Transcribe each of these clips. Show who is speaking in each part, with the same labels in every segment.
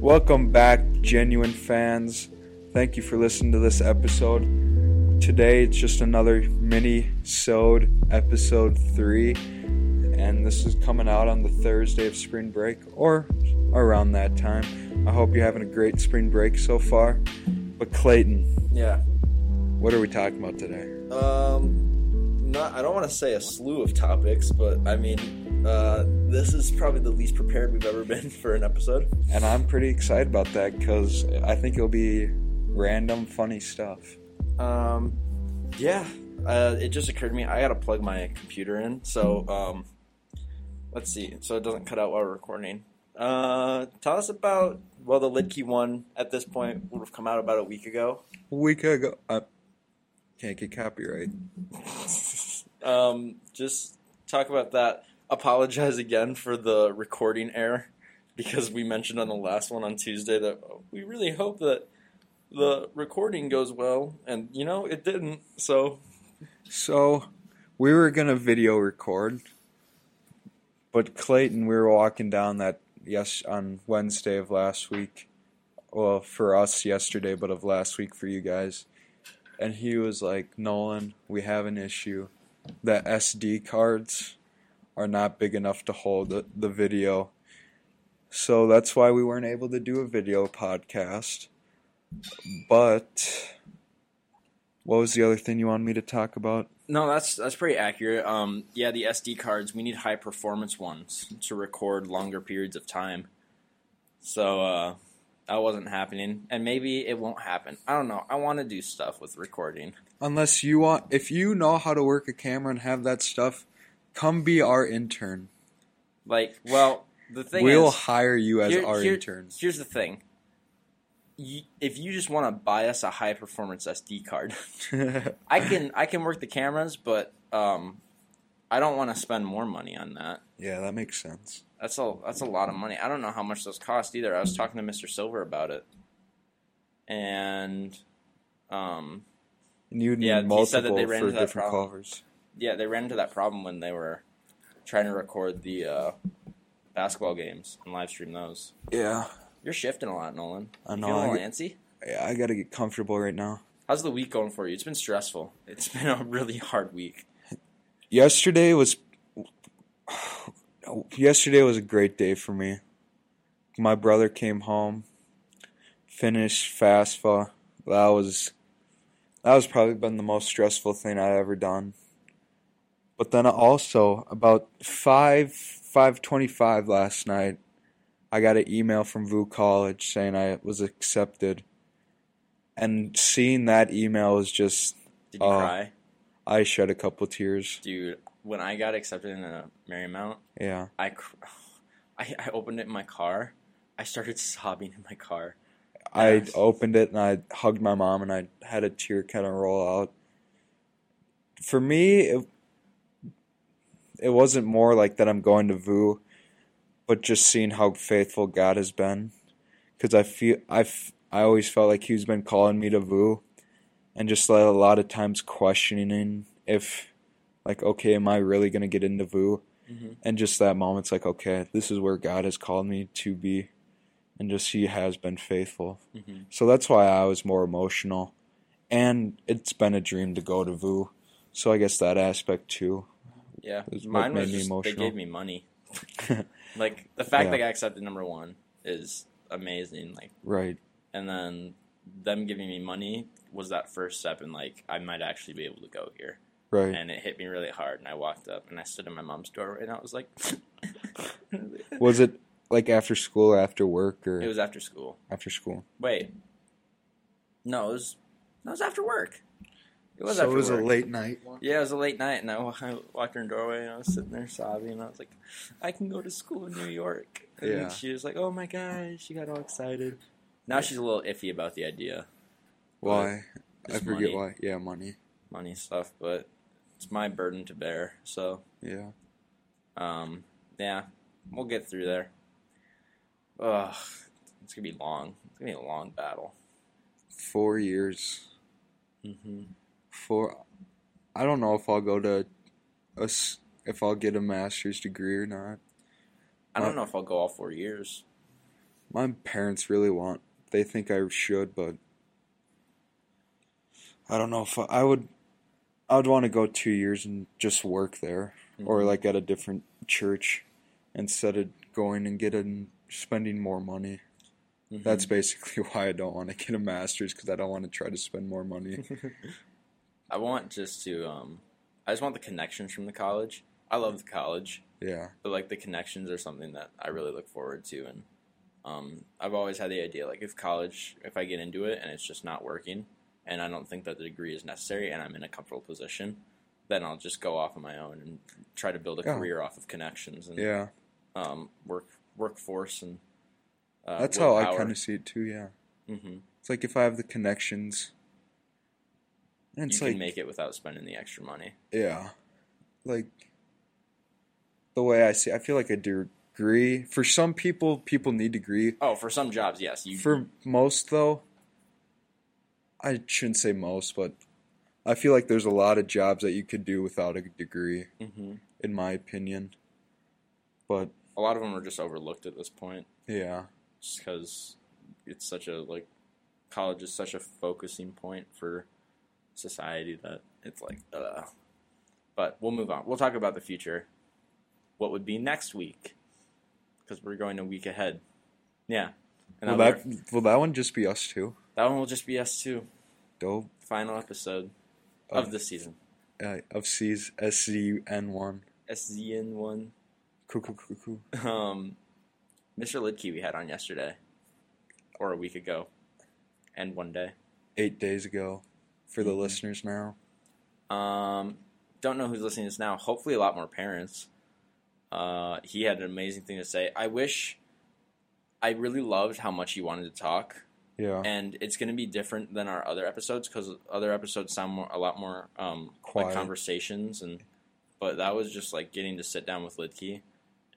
Speaker 1: Welcome back, genuine fans. Thank you for listening to this episode. Today it's just another mini sewed episode three, and this is coming out on the Thursday of spring break or around that time. I hope you're having a great spring break so far. But Clayton,
Speaker 2: Yeah.
Speaker 1: what are we talking about today?
Speaker 2: Um, not. I don't want to say a slew of topics, but I mean, uh, this is probably the least prepared we've ever been for an episode.
Speaker 1: And I'm pretty excited about that because I think it'll be random, funny stuff.
Speaker 2: Um, yeah. Uh, it just occurred to me I gotta plug my computer in. So, um, let's see. So it doesn't cut out while we're recording. Uh, tell us about well the Lidkey one at this point would have come out about a week ago.
Speaker 1: We could go. Uh, can't get copyright.
Speaker 2: um, just talk about that. Apologize again for the recording error because we mentioned on the last one on Tuesday that we really hope that the recording goes well, and you know it didn't. So
Speaker 1: So we were gonna video record, but Clayton, we were walking down that yes on Wednesday of last week. Well, for us yesterday, but of last week for you guys. And he was like, Nolan, we have an issue. The SD cards are not big enough to hold the, the video. So that's why we weren't able to do a video podcast. But what was the other thing you wanted me to talk about?
Speaker 2: no, that's that's pretty accurate. Um, yeah, the SD cards we need high performance ones to record longer periods of time. So uh, that wasn't happening, and maybe it won't happen. I don't know. I want to do stuff with recording.
Speaker 1: Unless you want, if you know how to work a camera and have that stuff, come be our intern.
Speaker 2: Like, well, the thing
Speaker 1: We'll
Speaker 2: is,
Speaker 1: hire you as
Speaker 2: Here-
Speaker 1: our
Speaker 2: here-
Speaker 1: intern.
Speaker 2: Here's the thing. You, if you just want to buy us a high performance SD card, I can I can work the cameras, but um, I don't want to spend more money on that.
Speaker 1: yeah, that makes sense.
Speaker 2: That's a that's a lot of money. I don't know how much those cost either. I was talking to Mr. Silver about it, and um,
Speaker 1: And you'd need
Speaker 2: Yeah, he
Speaker 1: multiple
Speaker 2: said that they ran
Speaker 1: for
Speaker 2: into that
Speaker 1: different
Speaker 2: problem.
Speaker 1: covers.
Speaker 2: yeah, they ran into that problem when they were trying to record the uh, basketball games and live stream those.
Speaker 1: Yeah,
Speaker 2: You're shifting a lot, Nolan.
Speaker 1: I
Speaker 2: You
Speaker 1: know,
Speaker 2: feeling
Speaker 1: I
Speaker 2: all
Speaker 1: get-
Speaker 2: antsy?
Speaker 1: yeah. I gotta get comfortable right now.
Speaker 2: How's the week going for you? It's been stressful. It's been a really hard week.
Speaker 1: Yesterday was, yesterday was a great day for me. My brother came home, finished FAFSA. That was, that was probably been the most stressful thing I've ever done. But then also about five five twenty five last night, I got an email from VU College saying I was accepted. And seeing that email was just
Speaker 2: Did you
Speaker 1: Oh.
Speaker 2: cry?
Speaker 1: I shed a couple tears.
Speaker 2: Dude, when I got accepted in a Marymount,
Speaker 1: Yeah.
Speaker 2: I, cr- I I opened it in my car. I started sobbing in my car.
Speaker 1: I
Speaker 2: Yes.
Speaker 1: opened it and I hugged my mom and I had a tear kind of roll out. For me, it, it wasn't more like that I'm going to VU, but just seeing how faithful God has been. Because I feel I, f- I always felt like He's been calling me to VU, and just like a lot of times questioning if, like, okay, am I really gonna get into VU?
Speaker 2: Mhm.
Speaker 1: And just that moment's like, okay, this is where God has called me to be, and just He has been faithful.
Speaker 2: Mhm.
Speaker 1: So that's why I was more emotional. And it's been a dream to go to VU. So I guess that aspect too.
Speaker 2: Yeah,
Speaker 1: It was what
Speaker 2: mine was
Speaker 1: made me
Speaker 2: just, they
Speaker 1: emotional.
Speaker 2: gave me money. like the fact
Speaker 1: Yeah.
Speaker 2: that I got accepted number one is amazing. Like,
Speaker 1: Right.
Speaker 2: and then them giving me money was that first step in like I might actually be able to go here.
Speaker 1: Right.
Speaker 2: And it hit me really hard. And I walked up and I stood in my mom's doorway and I was like,
Speaker 1: was it like after school, after work, or
Speaker 2: It was after school.
Speaker 1: after school?
Speaker 2: Wait. No, it was. No, it was after work. It was after work.
Speaker 1: late night one.
Speaker 2: yeah, it was a late night, and I wa- I walked in her doorway, and I was sitting there sobbing, and I was like, "I can go to school in New York." And
Speaker 1: Yeah.
Speaker 2: she was like, "Oh my gosh!" She got all excited. Now she's a little iffy about the idea,
Speaker 1: Why? I
Speaker 2: Just
Speaker 1: forget
Speaker 2: money.
Speaker 1: why. Yeah, money.
Speaker 2: money stuff, but it's my burden to bear. So,
Speaker 1: Yeah.
Speaker 2: um, yeah, we'll get through there. Ugh, it's gonna be long. It's gonna be a long battle.
Speaker 1: Four years.
Speaker 2: Mm-hmm.
Speaker 1: Four. I don't know if I'll go to a s if I'll get a master's degree or not.
Speaker 2: I don't know if I'll go all four years.
Speaker 1: My parents really want. They think I should, but I don't know if I, I would. I would want to go two years and just work there, or
Speaker 2: Mm-hmm.
Speaker 1: like at a different church, instead of going and getting spending more money. That's
Speaker 2: Mm-hmm.
Speaker 1: basically why I don't want to get a master's because I don't want to try to spend more money.
Speaker 2: I want just to um I just want the connections from the college. I love the college,
Speaker 1: yeah,
Speaker 2: but like the connections are something that I really look forward to and um I've always had the idea like if college if I get into it and it's just not working and I don't think that the degree is necessary and I'm in a comfortable position, then I'll just go off on my own and try to build a
Speaker 1: Yeah.
Speaker 2: career off of connections and
Speaker 1: yeah.
Speaker 2: um work workforce and uh,
Speaker 1: That's how I kind of see it too. Yeah,
Speaker 2: mm-hmm.
Speaker 1: it's like if I have the connections, and
Speaker 2: you
Speaker 1: it's
Speaker 2: can
Speaker 1: like
Speaker 2: make it without spending the extra money.
Speaker 1: Yeah. Like the way I see I feel like a degree for some people people need degree.
Speaker 2: Oh, for some jobs, yes, you
Speaker 1: For most though, I shouldn't say most, but I feel like there's a lot of jobs that you could do without a degree
Speaker 2: hmm
Speaker 1: in my opinion. But
Speaker 2: a lot of them are just overlooked at this point.
Speaker 1: yeah,
Speaker 2: just because it's such a like college is such a focusing point for society that it's like uh but we'll move on we'll talk about the future what would be next week because we're going a week ahead yeah and
Speaker 1: will
Speaker 2: that,
Speaker 1: that will that one just be us two?
Speaker 2: that one will just be us too
Speaker 1: Dope.
Speaker 2: final episode
Speaker 1: Oh.
Speaker 2: of the season
Speaker 1: Uh, of C's S C N one.
Speaker 2: SZN one
Speaker 1: Cuckoo cuckoo.
Speaker 2: um Mr. Lidkey we had on yesterday or a week ago and one day
Speaker 1: Eight days ago for the
Speaker 2: Mhm.
Speaker 1: listeners now.
Speaker 2: Um, don't know who's listening to this now. Hopefully, a lot more parents. Uh, he had an amazing thing to say. I wish. I really loved how much he wanted to talk,
Speaker 1: Yeah.
Speaker 2: and it's going to be different than our other episodes because other episodes sound more, a lot more um, like
Speaker 1: Quiet.
Speaker 2: conversations, and but that was just like getting to sit down with Lidkey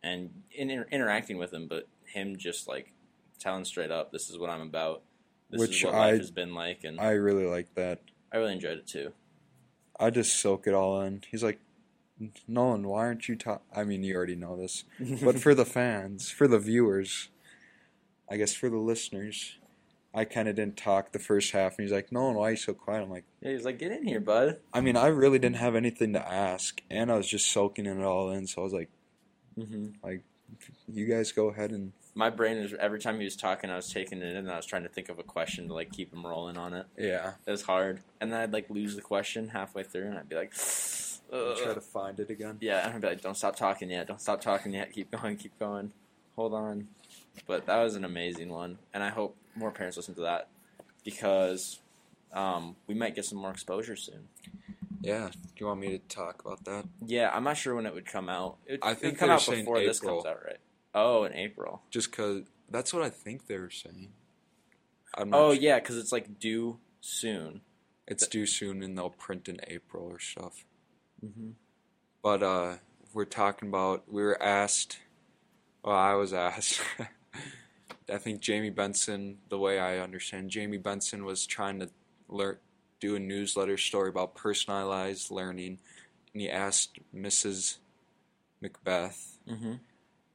Speaker 2: and in, in- interacting with him, but him just like telling straight up, "This is what I'm about. This is
Speaker 1: Which
Speaker 2: what
Speaker 1: I-
Speaker 2: life has been like," and I,
Speaker 1: I really like that.
Speaker 2: really enjoyed it too.
Speaker 1: I just soak it all in. He's like, Nolan, why aren't you talk? I mean, you already know this, but for the fans, for the viewers, I guess for the listeners, I kind of didn't talk the first half, and he's like, Nolan, why are you so quiet? I'm like,
Speaker 2: yeah, he's like, "Get in here, bud."
Speaker 1: I mean, I really didn't have anything to ask, and I was just soaking it all in. So I was like,
Speaker 2: Mm-hmm.
Speaker 1: you guys go ahead and
Speaker 2: my brain is every time he was talking, I was taking it in, and I was trying to think of a question to like keep him rolling on it.
Speaker 1: yeah,
Speaker 2: It was hard, and then I'd like lose the question halfway through, and I'd be like, "Ugh."
Speaker 1: try to find it again.
Speaker 2: yeah, and I'd be like, don't stop talking yet, don't stop talking yet, keep going, keep going, hold on. But that was an amazing one, and I hope more parents listen to that because um, we might get some more exposure soon.
Speaker 1: Yeah, do you want me to talk about that?
Speaker 2: Yeah, I'm not sure when it would come out. It,
Speaker 1: I
Speaker 2: it would
Speaker 1: think
Speaker 2: come
Speaker 1: they were
Speaker 2: out
Speaker 1: saying
Speaker 2: before this
Speaker 1: April.
Speaker 2: comes out, right? Oh, in April.
Speaker 1: Just cause that's what I think they were saying. I'm
Speaker 2: Oh yeah, because it's like due soon.
Speaker 1: It's due soon and they'll print in April or stuff.
Speaker 2: Mm-hmm.
Speaker 1: But uh, we're talking about, we were asked, well, I was asked. I think Jamie Benson, the way I understand, Jamie Benson was trying to learn, do a newsletter story about personalized learning. And he asked Mrs. Macbeth,
Speaker 2: Mm-hmm.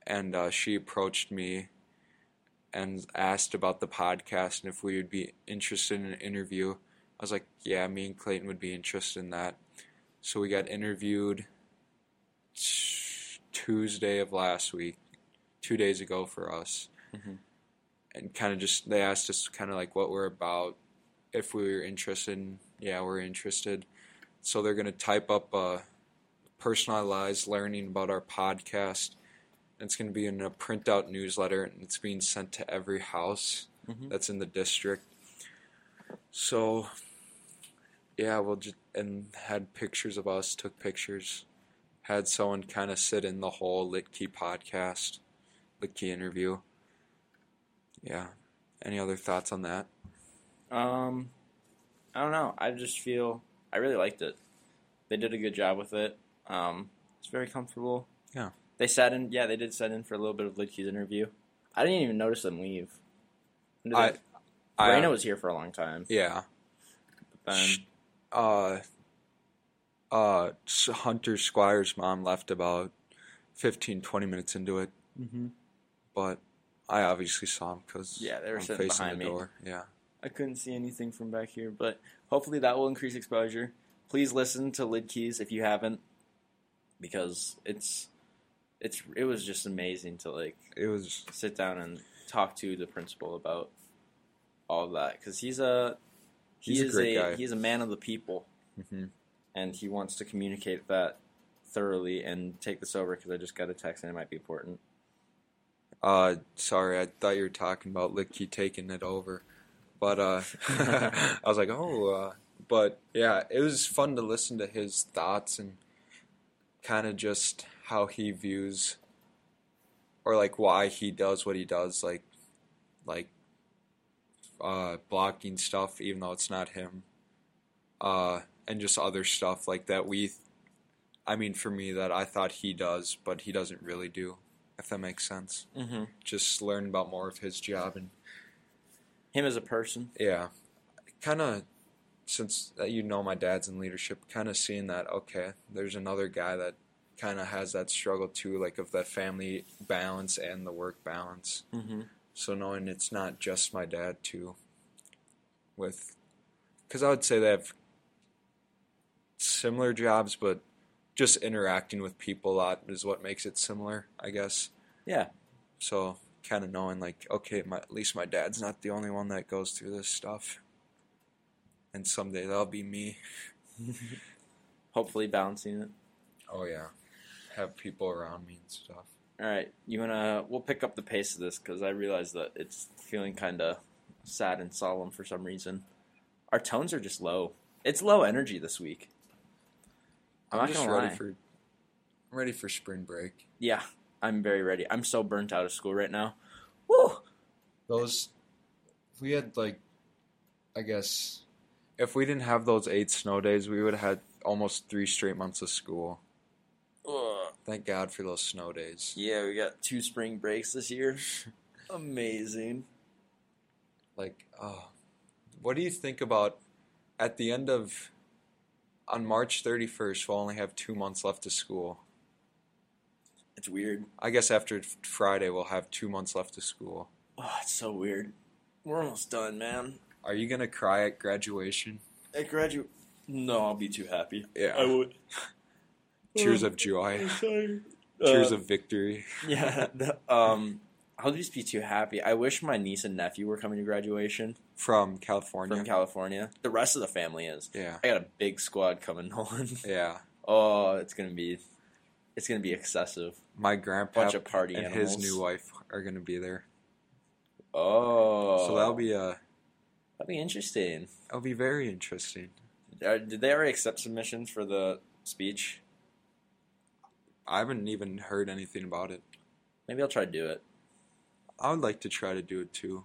Speaker 1: and uh, she approached me and asked about the podcast and if we would be interested in an interview. I was like, yeah, me and Clayton would be interested in that. So we got interviewed t- Tuesday of last week, two days ago for us.
Speaker 2: Mhm.
Speaker 1: And kind of just, they asked us kind of like what we're about, if we were interested. Yeah, we're interested. So they're going to type up a personalized learning about our podcast it's going to be in a printout newsletter, and it's being sent to every house
Speaker 2: Mhm.
Speaker 1: that's in the district. So, yeah, we'll just and had pictures of us, took pictures, had someone kind of sit in the whole Litkey podcast, Litkey interview. Yeah. Any other thoughts on that?
Speaker 2: Um, I don't know. I just feel I really liked it. They did a good job with it. Um, it's very comfortable.
Speaker 1: Yeah.
Speaker 2: They sat in. Yeah, they did sat in for a little bit of Lidkey's interview. I didn't even notice them leave. When did
Speaker 1: I-
Speaker 2: they-
Speaker 1: I- uh,
Speaker 2: Raina was here for a long time.
Speaker 1: Yeah.
Speaker 2: But then,
Speaker 1: uh, uh, S- Hunter Squire's mom left about 15, 20 minutes into it, but I obviously saw him because
Speaker 2: Mm-hmm. Yeah, they were sitting behind me.
Speaker 1: Yeah,
Speaker 2: I couldn't see anything from back here, but hopefully that will increase exposure. Please listen to Lid Keys if you haven't, because it's it's it was just amazing to like
Speaker 1: it was.
Speaker 2: sit down and talk to the principal about all of that because he's a he
Speaker 1: He's a
Speaker 2: is
Speaker 1: great
Speaker 2: a
Speaker 1: guy.
Speaker 2: he's a man of the people
Speaker 1: mhm.
Speaker 2: and he wants to communicate that thoroughly and take this over because I just got a text and it might be important.
Speaker 1: Uh, sorry, I thought you were talking about Litkey taking it over, but uh, I was like, oh, uh, but yeah, it was fun to listen to his thoughts and kind of just how he views or like why he does what he does, like like uh, blocking stuff, even though it's not him, uh, and just other stuff like that. We, I mean, for me, that I thought he does, but he doesn't really do. If that makes sense
Speaker 2: Mm-hmm.
Speaker 1: just learn about more of his job and
Speaker 2: Him as a person.
Speaker 1: yeah kind of since that you know my dad's in leadership kind of seeing that okay there's another guy that kind of has that struggle too like of that family balance and the work balance
Speaker 2: Mm-hmm.
Speaker 1: so knowing it's not just my dad too with because i would say they have similar jobs but just interacting with people a lot is what makes it similar i guess
Speaker 2: Yeah.
Speaker 1: so kind of knowing like, okay, my, at least my dad's not the only one that goes through this stuff. And someday that'll be me.
Speaker 2: Hopefully balancing it.
Speaker 1: Oh yeah, have people around me and stuff.
Speaker 2: All right, you wanna? We'll pick up the pace of this because I realize that it's feeling kind of sad and solemn for some reason. Our tones are just low. It's low energy this week. I'm
Speaker 1: I'm,
Speaker 2: not
Speaker 1: just
Speaker 2: gonna
Speaker 1: ready
Speaker 2: lie.
Speaker 1: for I'm ready for spring break.
Speaker 2: Yeah, I'm very ready. I'm so burnt out of school right now. Woo!
Speaker 1: Those we had like, I guess if we didn't have those eight snow days, we would have had almost three straight months of school.
Speaker 2: Ugh.
Speaker 1: Thank God for those snow days.
Speaker 2: Yeah, we got two spring breaks this year. Amazing.
Speaker 1: like oh what do you think about at the end of on march 31st we'll only have two months left of school
Speaker 2: It's weird.
Speaker 1: i guess after f- friday we'll have two months left of school
Speaker 2: Oh, it's so weird. We're almost done, man.
Speaker 1: are you going to cry at graduation
Speaker 2: I graduate. No, I'll be too happy.
Speaker 1: yeah
Speaker 2: I would.
Speaker 1: cheers of joy
Speaker 2: I'm sorry.
Speaker 1: cheers
Speaker 2: Uh,
Speaker 1: of victory
Speaker 2: Yeah. the- um, I'll just be too happy. I wish my niece and nephew were coming to graduation
Speaker 1: from california
Speaker 2: from California. The rest of the family is.
Speaker 1: yeah
Speaker 2: I got a big squad coming, Nolan.
Speaker 1: yeah
Speaker 2: oh, it's gonna be, it's gonna be excessive.
Speaker 1: my grandpa
Speaker 2: Bunch of party
Speaker 1: and
Speaker 2: animals.
Speaker 1: his new wife are going to be there
Speaker 2: Oh,
Speaker 1: so that'll be uh
Speaker 2: that'll be interesting.
Speaker 1: that'll be very interesting
Speaker 2: Uh, Did they already accept submissions for the speech?
Speaker 1: i haven't even heard anything about it
Speaker 2: Maybe I'll try to do it.
Speaker 1: I would like to try to do it too.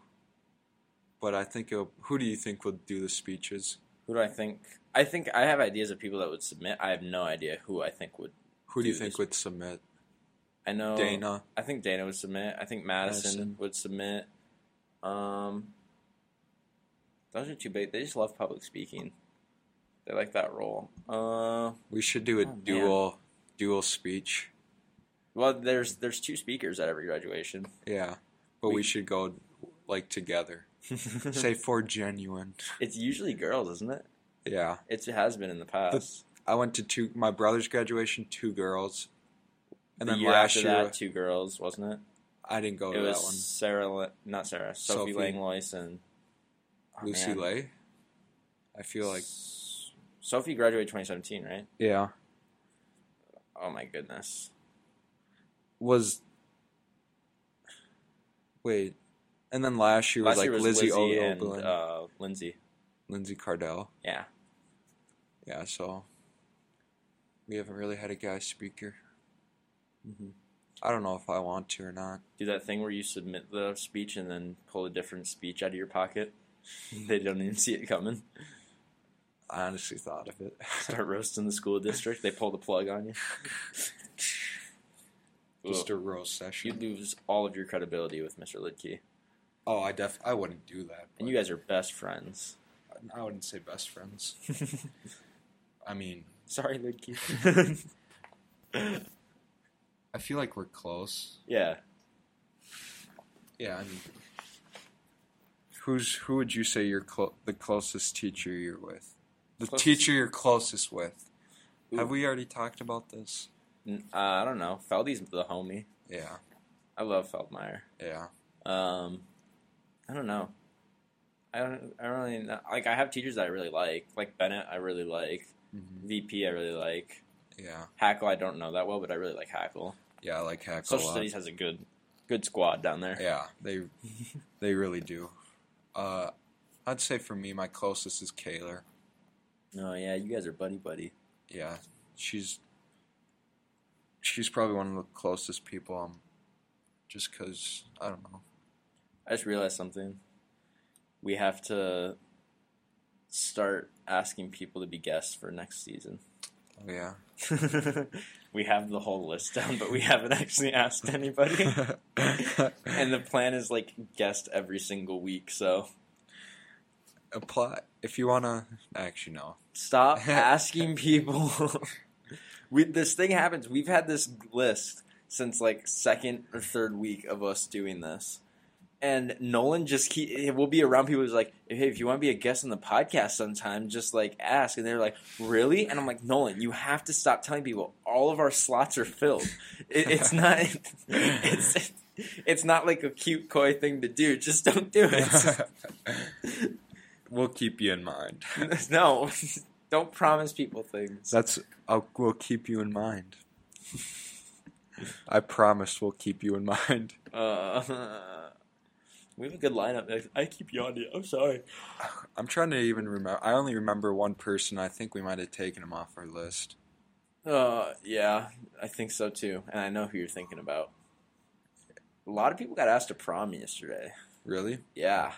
Speaker 1: But I think it'll, who do you think will do the speeches?
Speaker 2: Who do I think? I think I have ideas of people that would submit. I have no idea who I think would.
Speaker 1: Who do you
Speaker 2: Do Oh.
Speaker 1: think
Speaker 2: this-
Speaker 1: would submit?
Speaker 2: I know
Speaker 1: Dana.
Speaker 2: I think Dana would submit. I think Madison,
Speaker 1: Madison.
Speaker 2: would submit. Um, those are too big. They just love public speaking. They like that role. Uh,
Speaker 1: We should do a
Speaker 2: Oh, man.
Speaker 1: dual dual speech.
Speaker 2: well, there's there's two speakers at every graduation.
Speaker 1: Yeah. But we,
Speaker 2: We-
Speaker 1: should go like together. Say for genuine.
Speaker 2: it's usually girls, isn't it?
Speaker 1: Yeah.
Speaker 2: It's, it has been in the past.
Speaker 1: I went to two my brother's graduation, two girls. And
Speaker 2: The
Speaker 1: then
Speaker 2: year
Speaker 1: last
Speaker 2: after
Speaker 1: year
Speaker 2: that, two girls, wasn't it?
Speaker 1: I didn't go
Speaker 2: it
Speaker 1: to
Speaker 2: was
Speaker 1: that one.
Speaker 2: Sarah, Le- not Sarah,
Speaker 1: Sophie.
Speaker 2: Sophie, Langlois, and oh,
Speaker 1: Lucy
Speaker 2: man.
Speaker 1: Lay. I feel like
Speaker 2: S- Sophie graduated 2017, right?
Speaker 1: Yeah.
Speaker 2: Oh my goodness.
Speaker 1: was wait, and then last year was
Speaker 2: Last
Speaker 1: like
Speaker 2: year was
Speaker 1: Lizzie,
Speaker 2: Lizzie,
Speaker 1: Lizzie
Speaker 2: and uh, Lindsay.
Speaker 1: Lindsay Cardell.
Speaker 2: Yeah.
Speaker 1: Yeah, so we haven't really had a guy speaker. Mm-hmm. I don't know if I want to or not.
Speaker 2: Do that thing where you submit the speech and then pull a different speech out of your pocket.
Speaker 1: Hmm.
Speaker 2: they don't even see it coming.
Speaker 1: I honestly thought of it.
Speaker 2: Start roasting the school district. They pull the plug on you.
Speaker 1: Just
Speaker 2: Ugh.
Speaker 1: a roast
Speaker 2: you
Speaker 1: session.
Speaker 2: lose all of your credibility with Mr. Lidkey.
Speaker 1: oh, I def I wouldn't do that.
Speaker 2: And you guys are best friends.
Speaker 1: but I wouldn't say best friends. I mean,
Speaker 2: Sorry, Lidkey.
Speaker 1: I feel like we're close.
Speaker 2: yeah.
Speaker 3: Yeah, I mean,
Speaker 1: Who's who would you say you're clo- the closest teacher you're with? The
Speaker 2: Closest-
Speaker 1: teacher you're closest with.
Speaker 2: Ooh.
Speaker 1: Have we already talked about this?
Speaker 2: N- Uh, I don't know. Feldy's the homie.
Speaker 1: Yeah,
Speaker 2: I love Feldmeyer.
Speaker 1: yeah.
Speaker 2: Um, I don't know. I don't. I don't really know. like. I have teachers that I really like. Like Bennett, I really like.
Speaker 1: Mhm.
Speaker 2: VP, I really like.
Speaker 1: Yeah,
Speaker 2: Hackle, I don't know that well, but I really like Hackle.
Speaker 1: yeah. I like Hack a
Speaker 2: Social
Speaker 1: lot.
Speaker 2: Studies has a good, good squad down there.
Speaker 1: Yeah, they they really do. Uh, I'd say for me, my closest is Kaylor.
Speaker 2: Oh yeah, you guys are buddy buddy.
Speaker 1: Yeah, she's she's probably one of the closest people. Um, just because I don't know.
Speaker 2: I just realized something. We have to start asking people to be guests for next season.
Speaker 1: Yeah.
Speaker 2: we have the whole list down, but we haven't actually asked anybody. and the plan is like guest every single week. So
Speaker 1: apply if you wanna. Actually, no.
Speaker 2: stop asking people. we, this thing happens. We've had this list since like second or third week of us doing this. And Nolan just keep it will be around people who's like, hey, if you want to be a guest on the podcast sometime, just like ask. And they're like, really? And I'm like, Nolan, you have to stop telling people all of our slots are filled. It, it's not. It's it's not like a cute coy thing to do. Just don't do it.
Speaker 1: we'll keep you in mind.
Speaker 2: no, don't promise people things.
Speaker 1: That's I'll, we'll keep you in mind. I promise we'll keep you in mind.
Speaker 2: Uh, we have a good lineup. I I keep yawning. I'm sorry.
Speaker 1: I'm trying to even remember. I only remember one person. I think we might have taken him off our list.
Speaker 2: Uh, yeah, I think so too. And I know who you're thinking about. A lot of people got asked to prom yesterday.
Speaker 1: Really?
Speaker 2: Yeah,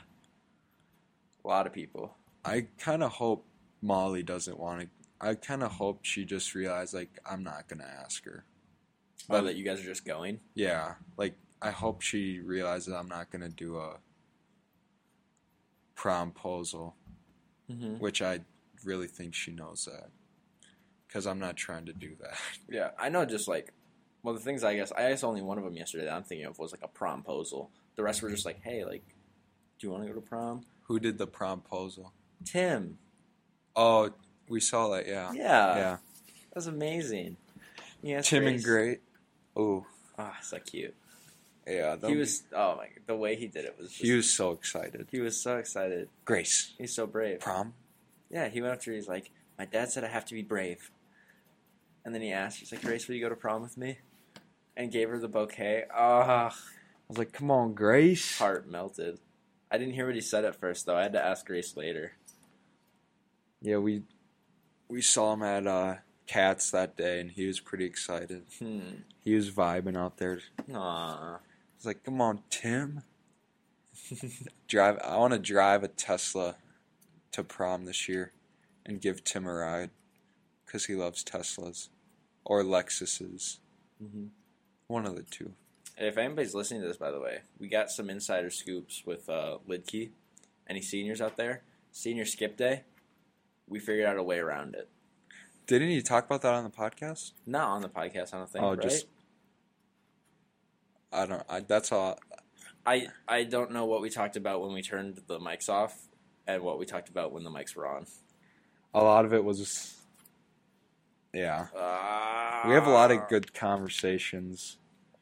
Speaker 2: a lot of people.
Speaker 1: I kind of hope Molly doesn't want to. I kind of hope she just realized like I'm not gonna ask her.
Speaker 2: Oh, that you guys are just going.
Speaker 1: Yeah, like I hope she realizes I'm not gonna do a promposal,
Speaker 2: Mm-hmm.
Speaker 1: which I really think she knows that because I'm not trying to do that.
Speaker 2: Yeah, I know. Just like, well, the things I guess I guess only one of them yesterday that I'm thinking of was like a promposal. The rest were just like, hey, like, do you want to go to prom?
Speaker 1: Who did the promposal?
Speaker 2: Tim.
Speaker 1: Oh, we saw that. Yeah,
Speaker 2: Yeah.
Speaker 1: yeah.
Speaker 2: That was amazing. Yeah,
Speaker 1: Tim and Great. Oh,
Speaker 2: Ah, so cute.
Speaker 1: yeah.
Speaker 2: he
Speaker 1: that'll
Speaker 2: was. Oh my! The way he did it was. Just,
Speaker 1: He was so excited.
Speaker 2: He was so excited.
Speaker 1: Grace,
Speaker 2: He's so brave.
Speaker 1: prom?
Speaker 2: Yeah, he went up to her. He's like, "My dad said I have to be brave." And then he asked, "He's like, Grace, will you go to prom with me?" And gave her the bouquet.
Speaker 1: I
Speaker 2: Ah,
Speaker 1: was like, come on, Grace.
Speaker 2: heart melted. I didn't hear what he said at first, though. I had to ask Grace later.
Speaker 1: Yeah, we we saw him at uh, Cats that day, and he was pretty excited.
Speaker 2: Hmm.
Speaker 1: He was vibing out there.
Speaker 2: Aw.
Speaker 1: He's like, come on, Tim. drive. I want to drive a Tesla to prom this year, and give Tim a ride, cause he loves Teslas, or Lexuses,
Speaker 2: Mhm.
Speaker 1: one of the two.
Speaker 2: And If anybody's listening to this, by the way, we got some insider scoops with uh, Lidkey. Any seniors out there? Senior skip day. We figured out a way around it.
Speaker 1: Didn't you talk about that on the podcast?
Speaker 2: Not on the podcast, I don't think.
Speaker 1: oh,
Speaker 2: right?
Speaker 1: just. I don't. I, that's all.
Speaker 2: I I don't know what we talked about when we turned the mics off, and what we talked about when the mics were on.
Speaker 1: A lot of it was. Yeah.
Speaker 2: Ah.
Speaker 1: We have a lot of good conversations.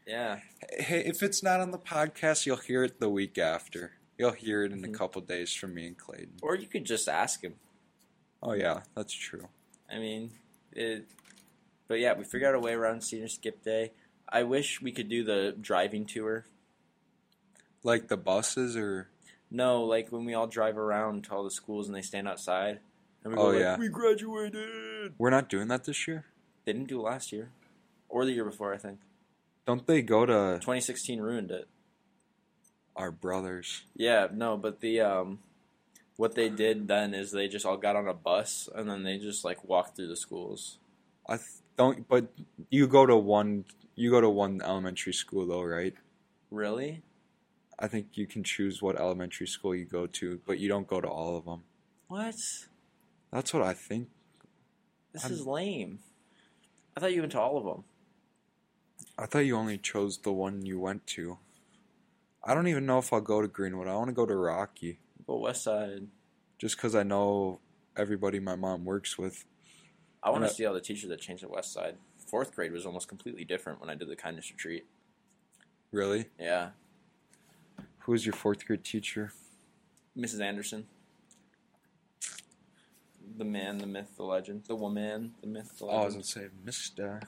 Speaker 2: Yeah,
Speaker 1: Hey, if it's not on the podcast, you'll hear it the week after. You'll hear it in
Speaker 2: Mhm.
Speaker 1: a couple days from me and Clayton.
Speaker 2: or you could just ask him.
Speaker 1: Oh yeah, that's true.
Speaker 2: I mean, it. But yeah, we figured out a way around senior skip day. I wish we could do the driving tour.
Speaker 1: Like the buses or
Speaker 2: No, like when we all drive around to all the schools and they stand outside. And we go
Speaker 1: Oh,
Speaker 2: like,
Speaker 1: yeah.
Speaker 2: we graduated.
Speaker 1: we're not doing that this year.
Speaker 2: They didn't do it last year, or the year before, I think.
Speaker 1: Don't they go to
Speaker 2: 2016 ruined it.
Speaker 1: our brothers?
Speaker 2: Yeah, no, but the um, what they did then is they just all got on a bus and then they just like walked through the schools.
Speaker 1: I th- don't. But you go to one. You go to one elementary school though, right?
Speaker 2: Really?
Speaker 1: I think you can choose what elementary school you go to, but you don't go to all of them.
Speaker 2: What?
Speaker 1: That's what I think.
Speaker 2: This
Speaker 1: I'm-
Speaker 2: is lame. I thought you went to all of them.
Speaker 1: I thought you only chose the one you went to. I don't even know if I'll go to Greenwood. I want to go to Rocky
Speaker 2: But West Side.
Speaker 1: just because I know everybody my mom works with.
Speaker 2: I want to
Speaker 1: Yeah.
Speaker 2: see how the teacher that changed at West Side. Fourth grade was almost completely different when I did the kindness retreat.
Speaker 1: Really?
Speaker 2: Yeah,
Speaker 1: Who was your fourth grade teacher?
Speaker 2: Mrs. Anderson, the man, the myth, the legend, the woman, the myth, the
Speaker 1: Oh, I was
Speaker 2: legend,
Speaker 1: going to say Mr.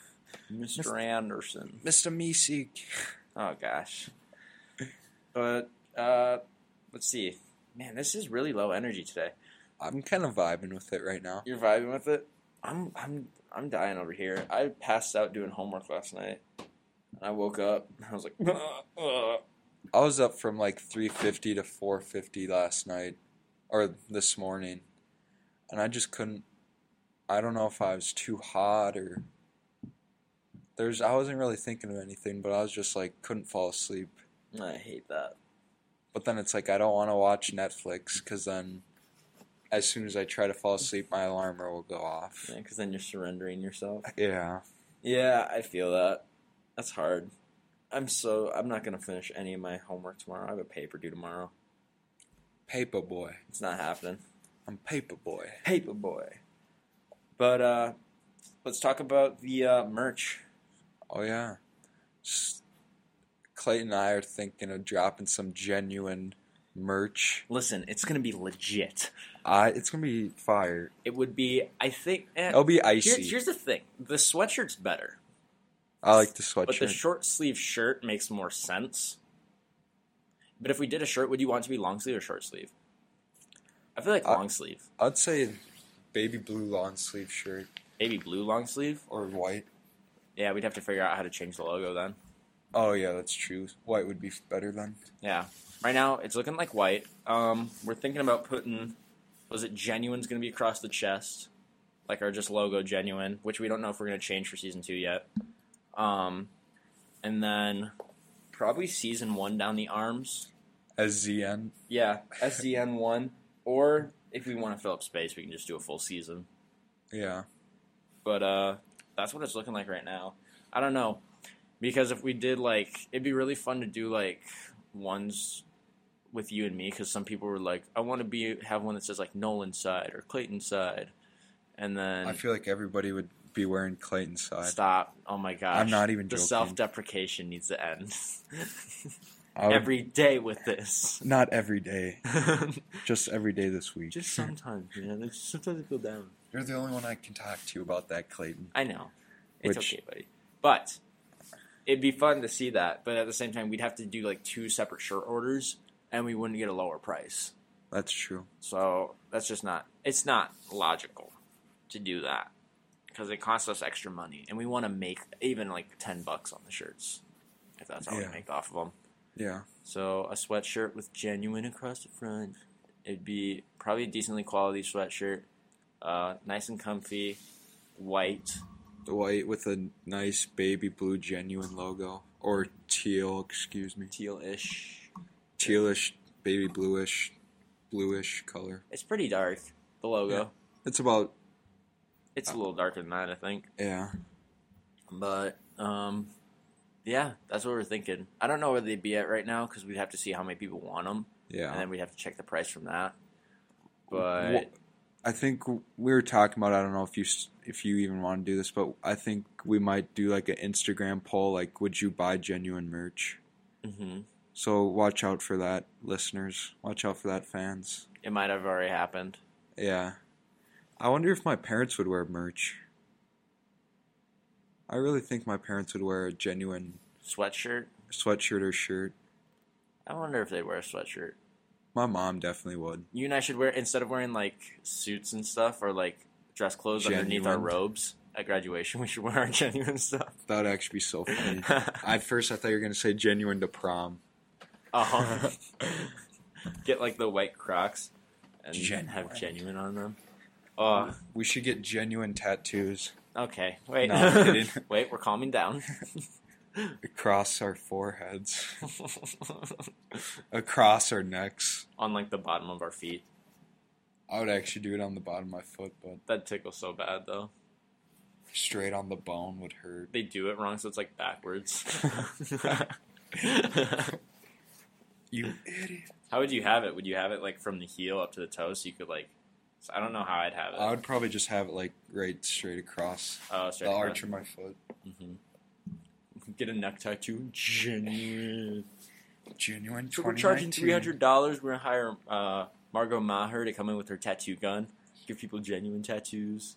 Speaker 2: Mr. Anderson.
Speaker 1: Mr. Meeseek.
Speaker 2: Oh gosh. But uh, let's see. Man, this is really low energy today.
Speaker 1: I'm kind of vibing with it right now.
Speaker 2: You're vibing with it. I'm I'm I'm dying over here. I passed out doing homework last night. And I woke up and I was like, "Ugh."
Speaker 1: I was up from like 350 to 450 last night or this morning. And I just couldn't I don't know if I was too hot or there's I wasn't really thinking of anything, but I was just like couldn't fall asleep.
Speaker 2: I hate that.
Speaker 1: But then it's like I don't want to watch Netflix cuz then as soon as I try to fall asleep, my alarmer will go off.
Speaker 2: Because then you're surrendering yourself.
Speaker 1: Yeah.
Speaker 2: Yeah, I feel that. That's hard. I'm so I'm not gonna finish any of my homework tomorrow. I have a paper due tomorrow.
Speaker 1: Paper boy.
Speaker 2: It's not happening.
Speaker 1: I'm paper boy.
Speaker 2: Paper boy. But uh, let's talk about the uh, merch.
Speaker 1: Oh yeah. S Clayton and I are thinking of dropping some genuine merch.
Speaker 2: Listen, it's gonna be legit.
Speaker 1: I it's gonna be fire.
Speaker 2: It would be, I think. Eh,
Speaker 1: It'll be
Speaker 2: here-
Speaker 1: icy.
Speaker 2: here's the thing: the sweatshirt's better,
Speaker 1: I like the
Speaker 2: but the
Speaker 1: sweatshirt.
Speaker 2: short sleeve shirt makes more sense. But if we did a shirt, would you want it to be long sleeve or short sleeve? I feel like
Speaker 1: Uh,
Speaker 2: long sleeve,
Speaker 1: I'd say baby blue long sleeve shirt
Speaker 2: maybe blue long sleeve.
Speaker 1: or white.
Speaker 2: Yeah, we'd have to figure out how to change the logo then.
Speaker 1: Oh yeah, that's true. White would be better then.
Speaker 2: Yeah, right now it's looking like white. Um, we're thinking about putting, was it genuine's going to be across the chest, like our just logo genuine, which we don't know if we're going to change for season two yet. Um, and then probably season one down the arms.
Speaker 1: As ZN.
Speaker 2: Yeah, SDN one, or if we want to fill up space, we can just do a full season.
Speaker 1: Yeah.
Speaker 2: But uh, that's what it's looking like right now. I don't know because if we did like, it'd be really fun to do like ones with you and me because some people were like, I want to be have one that says like Nolan side or Clayton side, and then
Speaker 1: I feel like everybody would be wearing Clayton side.
Speaker 2: stop. Oh my gosh,
Speaker 1: I'm not even
Speaker 2: the
Speaker 1: joking.
Speaker 2: self deprecation needs to end
Speaker 1: I would-
Speaker 2: every day with this.
Speaker 1: not every day, just every day this week.
Speaker 2: Just sometimes, man. Like, Sometimes I feel down.
Speaker 1: You're the only one I can talk to about that, Clayton.
Speaker 2: I know. It's
Speaker 1: Which-
Speaker 2: okay, buddy. But it'd be fun to see that. But at the same time, we'd have to do like two separate shirt orders and we wouldn't get a lower price.
Speaker 1: That's true.
Speaker 2: So that's just not, it's not logical to do that because it costs us extra money and we want to make even like 10 bucks on the shirts if that's all
Speaker 1: Yeah.
Speaker 2: we make off of them.
Speaker 1: Yeah.
Speaker 2: So a sweatshirt with genuine across the front. It'd be probably a decently quality sweatshirt, uh, nice and comfy, white.
Speaker 1: The white with a nice baby blue genuine logo or teal, excuse me,
Speaker 2: teal ish.
Speaker 1: tealish, baby bluish, bluish color.
Speaker 2: It's pretty dark, the logo.
Speaker 1: Yeah. It's about
Speaker 2: It's a little darker than that, I think.
Speaker 1: yeah.
Speaker 2: But um, yeah, that's what we're thinking. I don't know where they'd be at right now because we'd have to see how many people want them, and
Speaker 1: Yeah.
Speaker 2: then we'd have to check the price from that. But
Speaker 1: Wha- I think we were talking about I don't know if you s- if you even want to do this, but I think we might do like an Instagram poll like would you buy genuine merch?
Speaker 2: mhm,
Speaker 1: So watch out for that, listeners. Watch out for that, fans.
Speaker 2: it might have already happened.
Speaker 1: Yeah. I wonder if my parents would wear merch. I really think my parents would wear a genuine
Speaker 2: Sweatshirt.
Speaker 1: sweatshirt or shirt.
Speaker 2: I wonder if they'd wear a sweatshirt.
Speaker 1: My mom definitely would.
Speaker 2: You and I should wear instead of wearing like suits and stuff or like dress clothes underneath our
Speaker 1: Genuine.
Speaker 2: robes at graduation. We should wear our genuine stuff.
Speaker 1: That would actually be so funny. At first, I thought you were going to say genuine to prom.
Speaker 2: Oh. Get like the white Crocs and
Speaker 1: Genuine.
Speaker 2: have genuine on them. Oh,
Speaker 1: We should get genuine tattoos
Speaker 2: okay. Wait,
Speaker 1: No, I'm kidding.
Speaker 2: wait. We're calming down.
Speaker 1: across our foreheads, across our necks.
Speaker 2: on like the bottom of our feet.
Speaker 1: I would actually do it on the bottom of my foot, but
Speaker 2: That tickles so bad though.
Speaker 1: straight on the bone would hurt.
Speaker 2: They do it wrong, so it's like backwards.
Speaker 1: You idiot.
Speaker 3: How would you have it? Would you have it like from the heel up to the toe so you could like? I don't know how I'd have it.
Speaker 1: I would probably just have it like right straight across
Speaker 3: oh,
Speaker 1: the
Speaker 3: straight
Speaker 1: arch of my foot.
Speaker 3: hmm
Speaker 2: Mm-hmm. Get a neck tattoo.
Speaker 1: Genuine. Genuine.
Speaker 2: So we're charging
Speaker 1: 2019.
Speaker 2: three hundred dollars. We're gonna hire uh, Margot Maher to come in with her tattoo gun, give people genuine tattoos.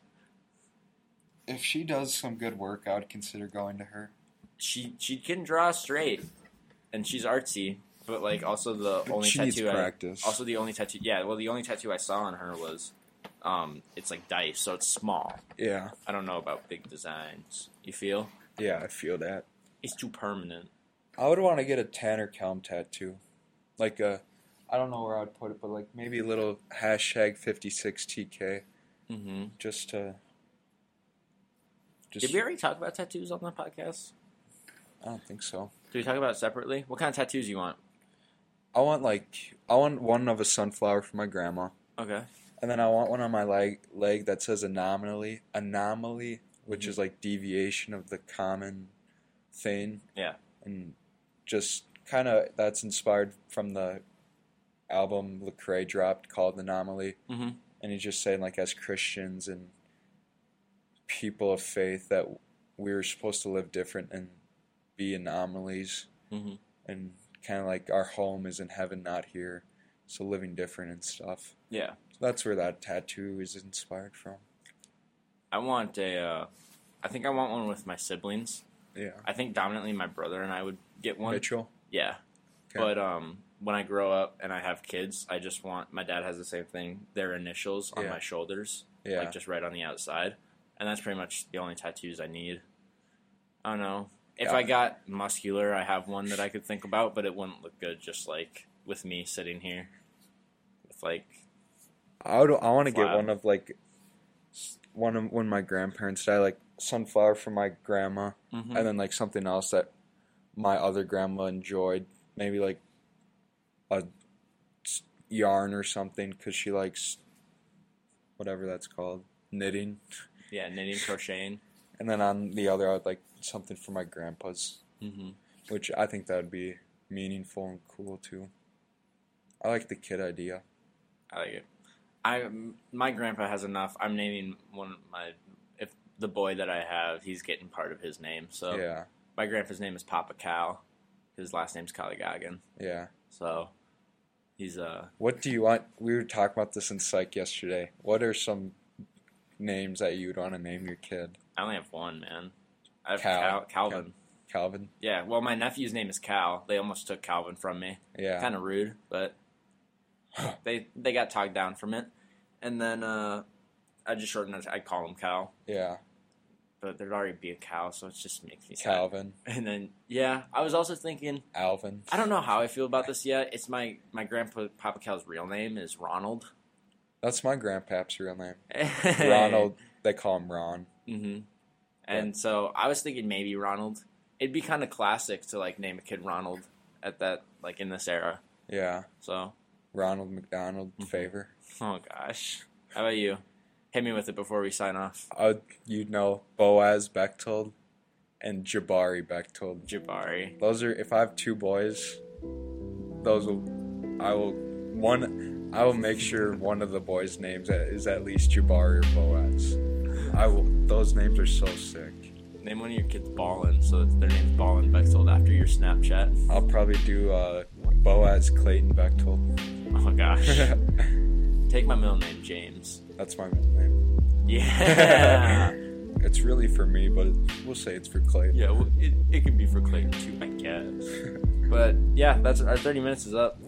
Speaker 1: If she does some good work, I would consider going to her.
Speaker 2: She she can draw straight, and she's artsy. But like also the
Speaker 1: But
Speaker 2: only
Speaker 1: she needs
Speaker 2: tattoo I,
Speaker 1: practice.
Speaker 2: also the only tattoo yeah well the only tattoo I saw on her was um it's like dice so it's small.
Speaker 1: yeah.
Speaker 2: I don't know about big designs. You feel
Speaker 1: Yeah, I feel that.
Speaker 2: it's too permanent.
Speaker 1: I would want to get a Tanner Kelm tattoo. Like a, I don't know where I would put it, but like maybe a little hashtag 56TK
Speaker 2: Mm-hmm.
Speaker 1: just to. Just,
Speaker 2: Did we already talk about tattoos on the podcast?
Speaker 1: I don't think so.
Speaker 2: Did we talk about it separately? What kind of tattoos you want?
Speaker 1: I want like, I want one of a sunflower for my grandma.
Speaker 2: Okay.
Speaker 1: And then I want one on my leg leg that says anomaly, anomaly, which
Speaker 2: Mm-hmm.
Speaker 1: is like deviation of the common thing.
Speaker 2: Yeah.
Speaker 1: And just kind of that's inspired from the album Lecrae dropped called Anomaly,
Speaker 2: Mm-hmm.
Speaker 1: and he's just saying like as Christians and people of faith that we were supposed to live different and be anomalies,
Speaker 2: Mm-hmm.
Speaker 1: and kind of like our home is in heaven, not here, so living different and stuff.
Speaker 2: Yeah.
Speaker 1: That's where that tattoo is inspired from.
Speaker 2: I want a. Uh, I think I want one with my siblings.
Speaker 1: Yeah.
Speaker 2: I think dominantly my brother and I would get one.
Speaker 1: Mitchell.
Speaker 2: Yeah.
Speaker 1: Okay.
Speaker 2: But um, when I grow up and I have kids, I just want my dad has the same thing. Their initials on
Speaker 1: Yeah.
Speaker 2: my shoulders,
Speaker 1: Yeah.
Speaker 2: like just right on the outside, and that's pretty much the only tattoos I need. I don't know. If
Speaker 1: Yeah.
Speaker 2: I got muscular, I have one that I could think about, but it wouldn't look good just like with me sitting here. With like,
Speaker 1: I would, I want to get
Speaker 2: Wow.
Speaker 1: one of like s- one of when my grandparents die, like sunflower for my grandma,
Speaker 2: Mhm.
Speaker 1: and then like something else that my other grandma enjoyed, maybe like a s- yarn or something because she likes whatever that's called knitting.
Speaker 2: yeah, knitting, crocheting.
Speaker 1: And then on the other, I would like something for my grandpa's,
Speaker 2: Mm-hmm.
Speaker 1: which I think that would be meaningful and cool too. I like the kid idea.
Speaker 2: I like it. I m- my grandpa has enough. I'm naming one of my if the boy that I have, he's getting part of his name. So
Speaker 1: Yeah,
Speaker 2: my grandpa's name is Papa Cal. His last name's Kalligagan.
Speaker 1: yeah.
Speaker 2: So he's uh
Speaker 1: What do you want? We were talking about this in psych yesterday. What are some names that you would want to name your kid?
Speaker 2: I only have one man. I have
Speaker 1: Cal.
Speaker 2: Cal, Calvin.
Speaker 1: Calvin?
Speaker 2: Yeah. Well, my nephew's name is Cal. They almost took Calvin from me.
Speaker 1: Yeah.
Speaker 2: Kind of rude, but they they got talked down from it. And then uh I just shortened it. I call him Cal,
Speaker 1: yeah.
Speaker 2: but there'd already be a cow, so it just makes me sad.
Speaker 1: Calvin.
Speaker 2: And then yeah, I was also thinking
Speaker 1: Alvin.
Speaker 2: I don't know how I feel about this yet. It's my my grandpa Papa Cal's real name is Ronald.
Speaker 1: That's my grandpap's real name. Ronald. They call him Ron.
Speaker 2: hmm And so I was thinking maybe Ronald. It'd be kind of classic to like name a kid Ronald at that like in this era.
Speaker 1: Yeah.
Speaker 2: So
Speaker 1: Ronald McDonald Favor.
Speaker 2: oh gosh, how about you? Hit me with it before we sign off.
Speaker 1: Uh, you'd know Boaz Bechtold and Jabari Bechtold.
Speaker 2: Jabari.
Speaker 1: Those are, if I have two boys, those will, I will, one, I will make sure one of the boys' names is at least Jabari or Boaz. I will, those names are so sick.
Speaker 2: Name one of your kids Ballin, so that their name's Ballin Bextold after your Snapchat.
Speaker 1: I'll probably do uh, Boaz Clayton Bechtel.
Speaker 2: Oh gosh, take my middle name James.
Speaker 1: That's my middle name.
Speaker 2: Yeah.
Speaker 1: It's really for me, but it, we'll say it's for Clayton.
Speaker 2: Yeah, well, it, it could be for Clayton too, I guess. but yeah, that's our 30 minutes is up.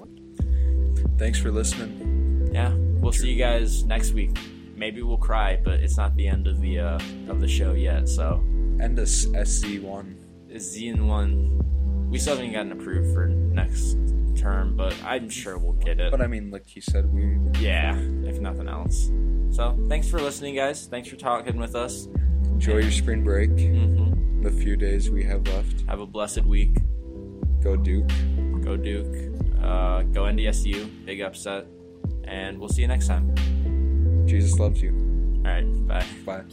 Speaker 1: Thanks for listening.
Speaker 2: Yeah, we'll see you guys next week. Maybe we'll cry, but it's not the end of the uh, of the show yet. So
Speaker 1: End us SC1.
Speaker 2: it's Z and one. We still haven't gotten approved for next term, but I'm sure we'll get it.
Speaker 1: But I mean, like he said, we
Speaker 2: yeah, if nothing else. So thanks for listening, guys. Thanks for talking with us.
Speaker 1: enjoy your spring break,
Speaker 2: hmm
Speaker 1: the few days we have left.
Speaker 2: Have a blessed week.
Speaker 1: Go Duke.
Speaker 2: Go Duke. Uh, go NDSU. Big upset. And we'll see you next time.
Speaker 1: Jesus loves you.
Speaker 2: All right. Bye.
Speaker 1: Bye.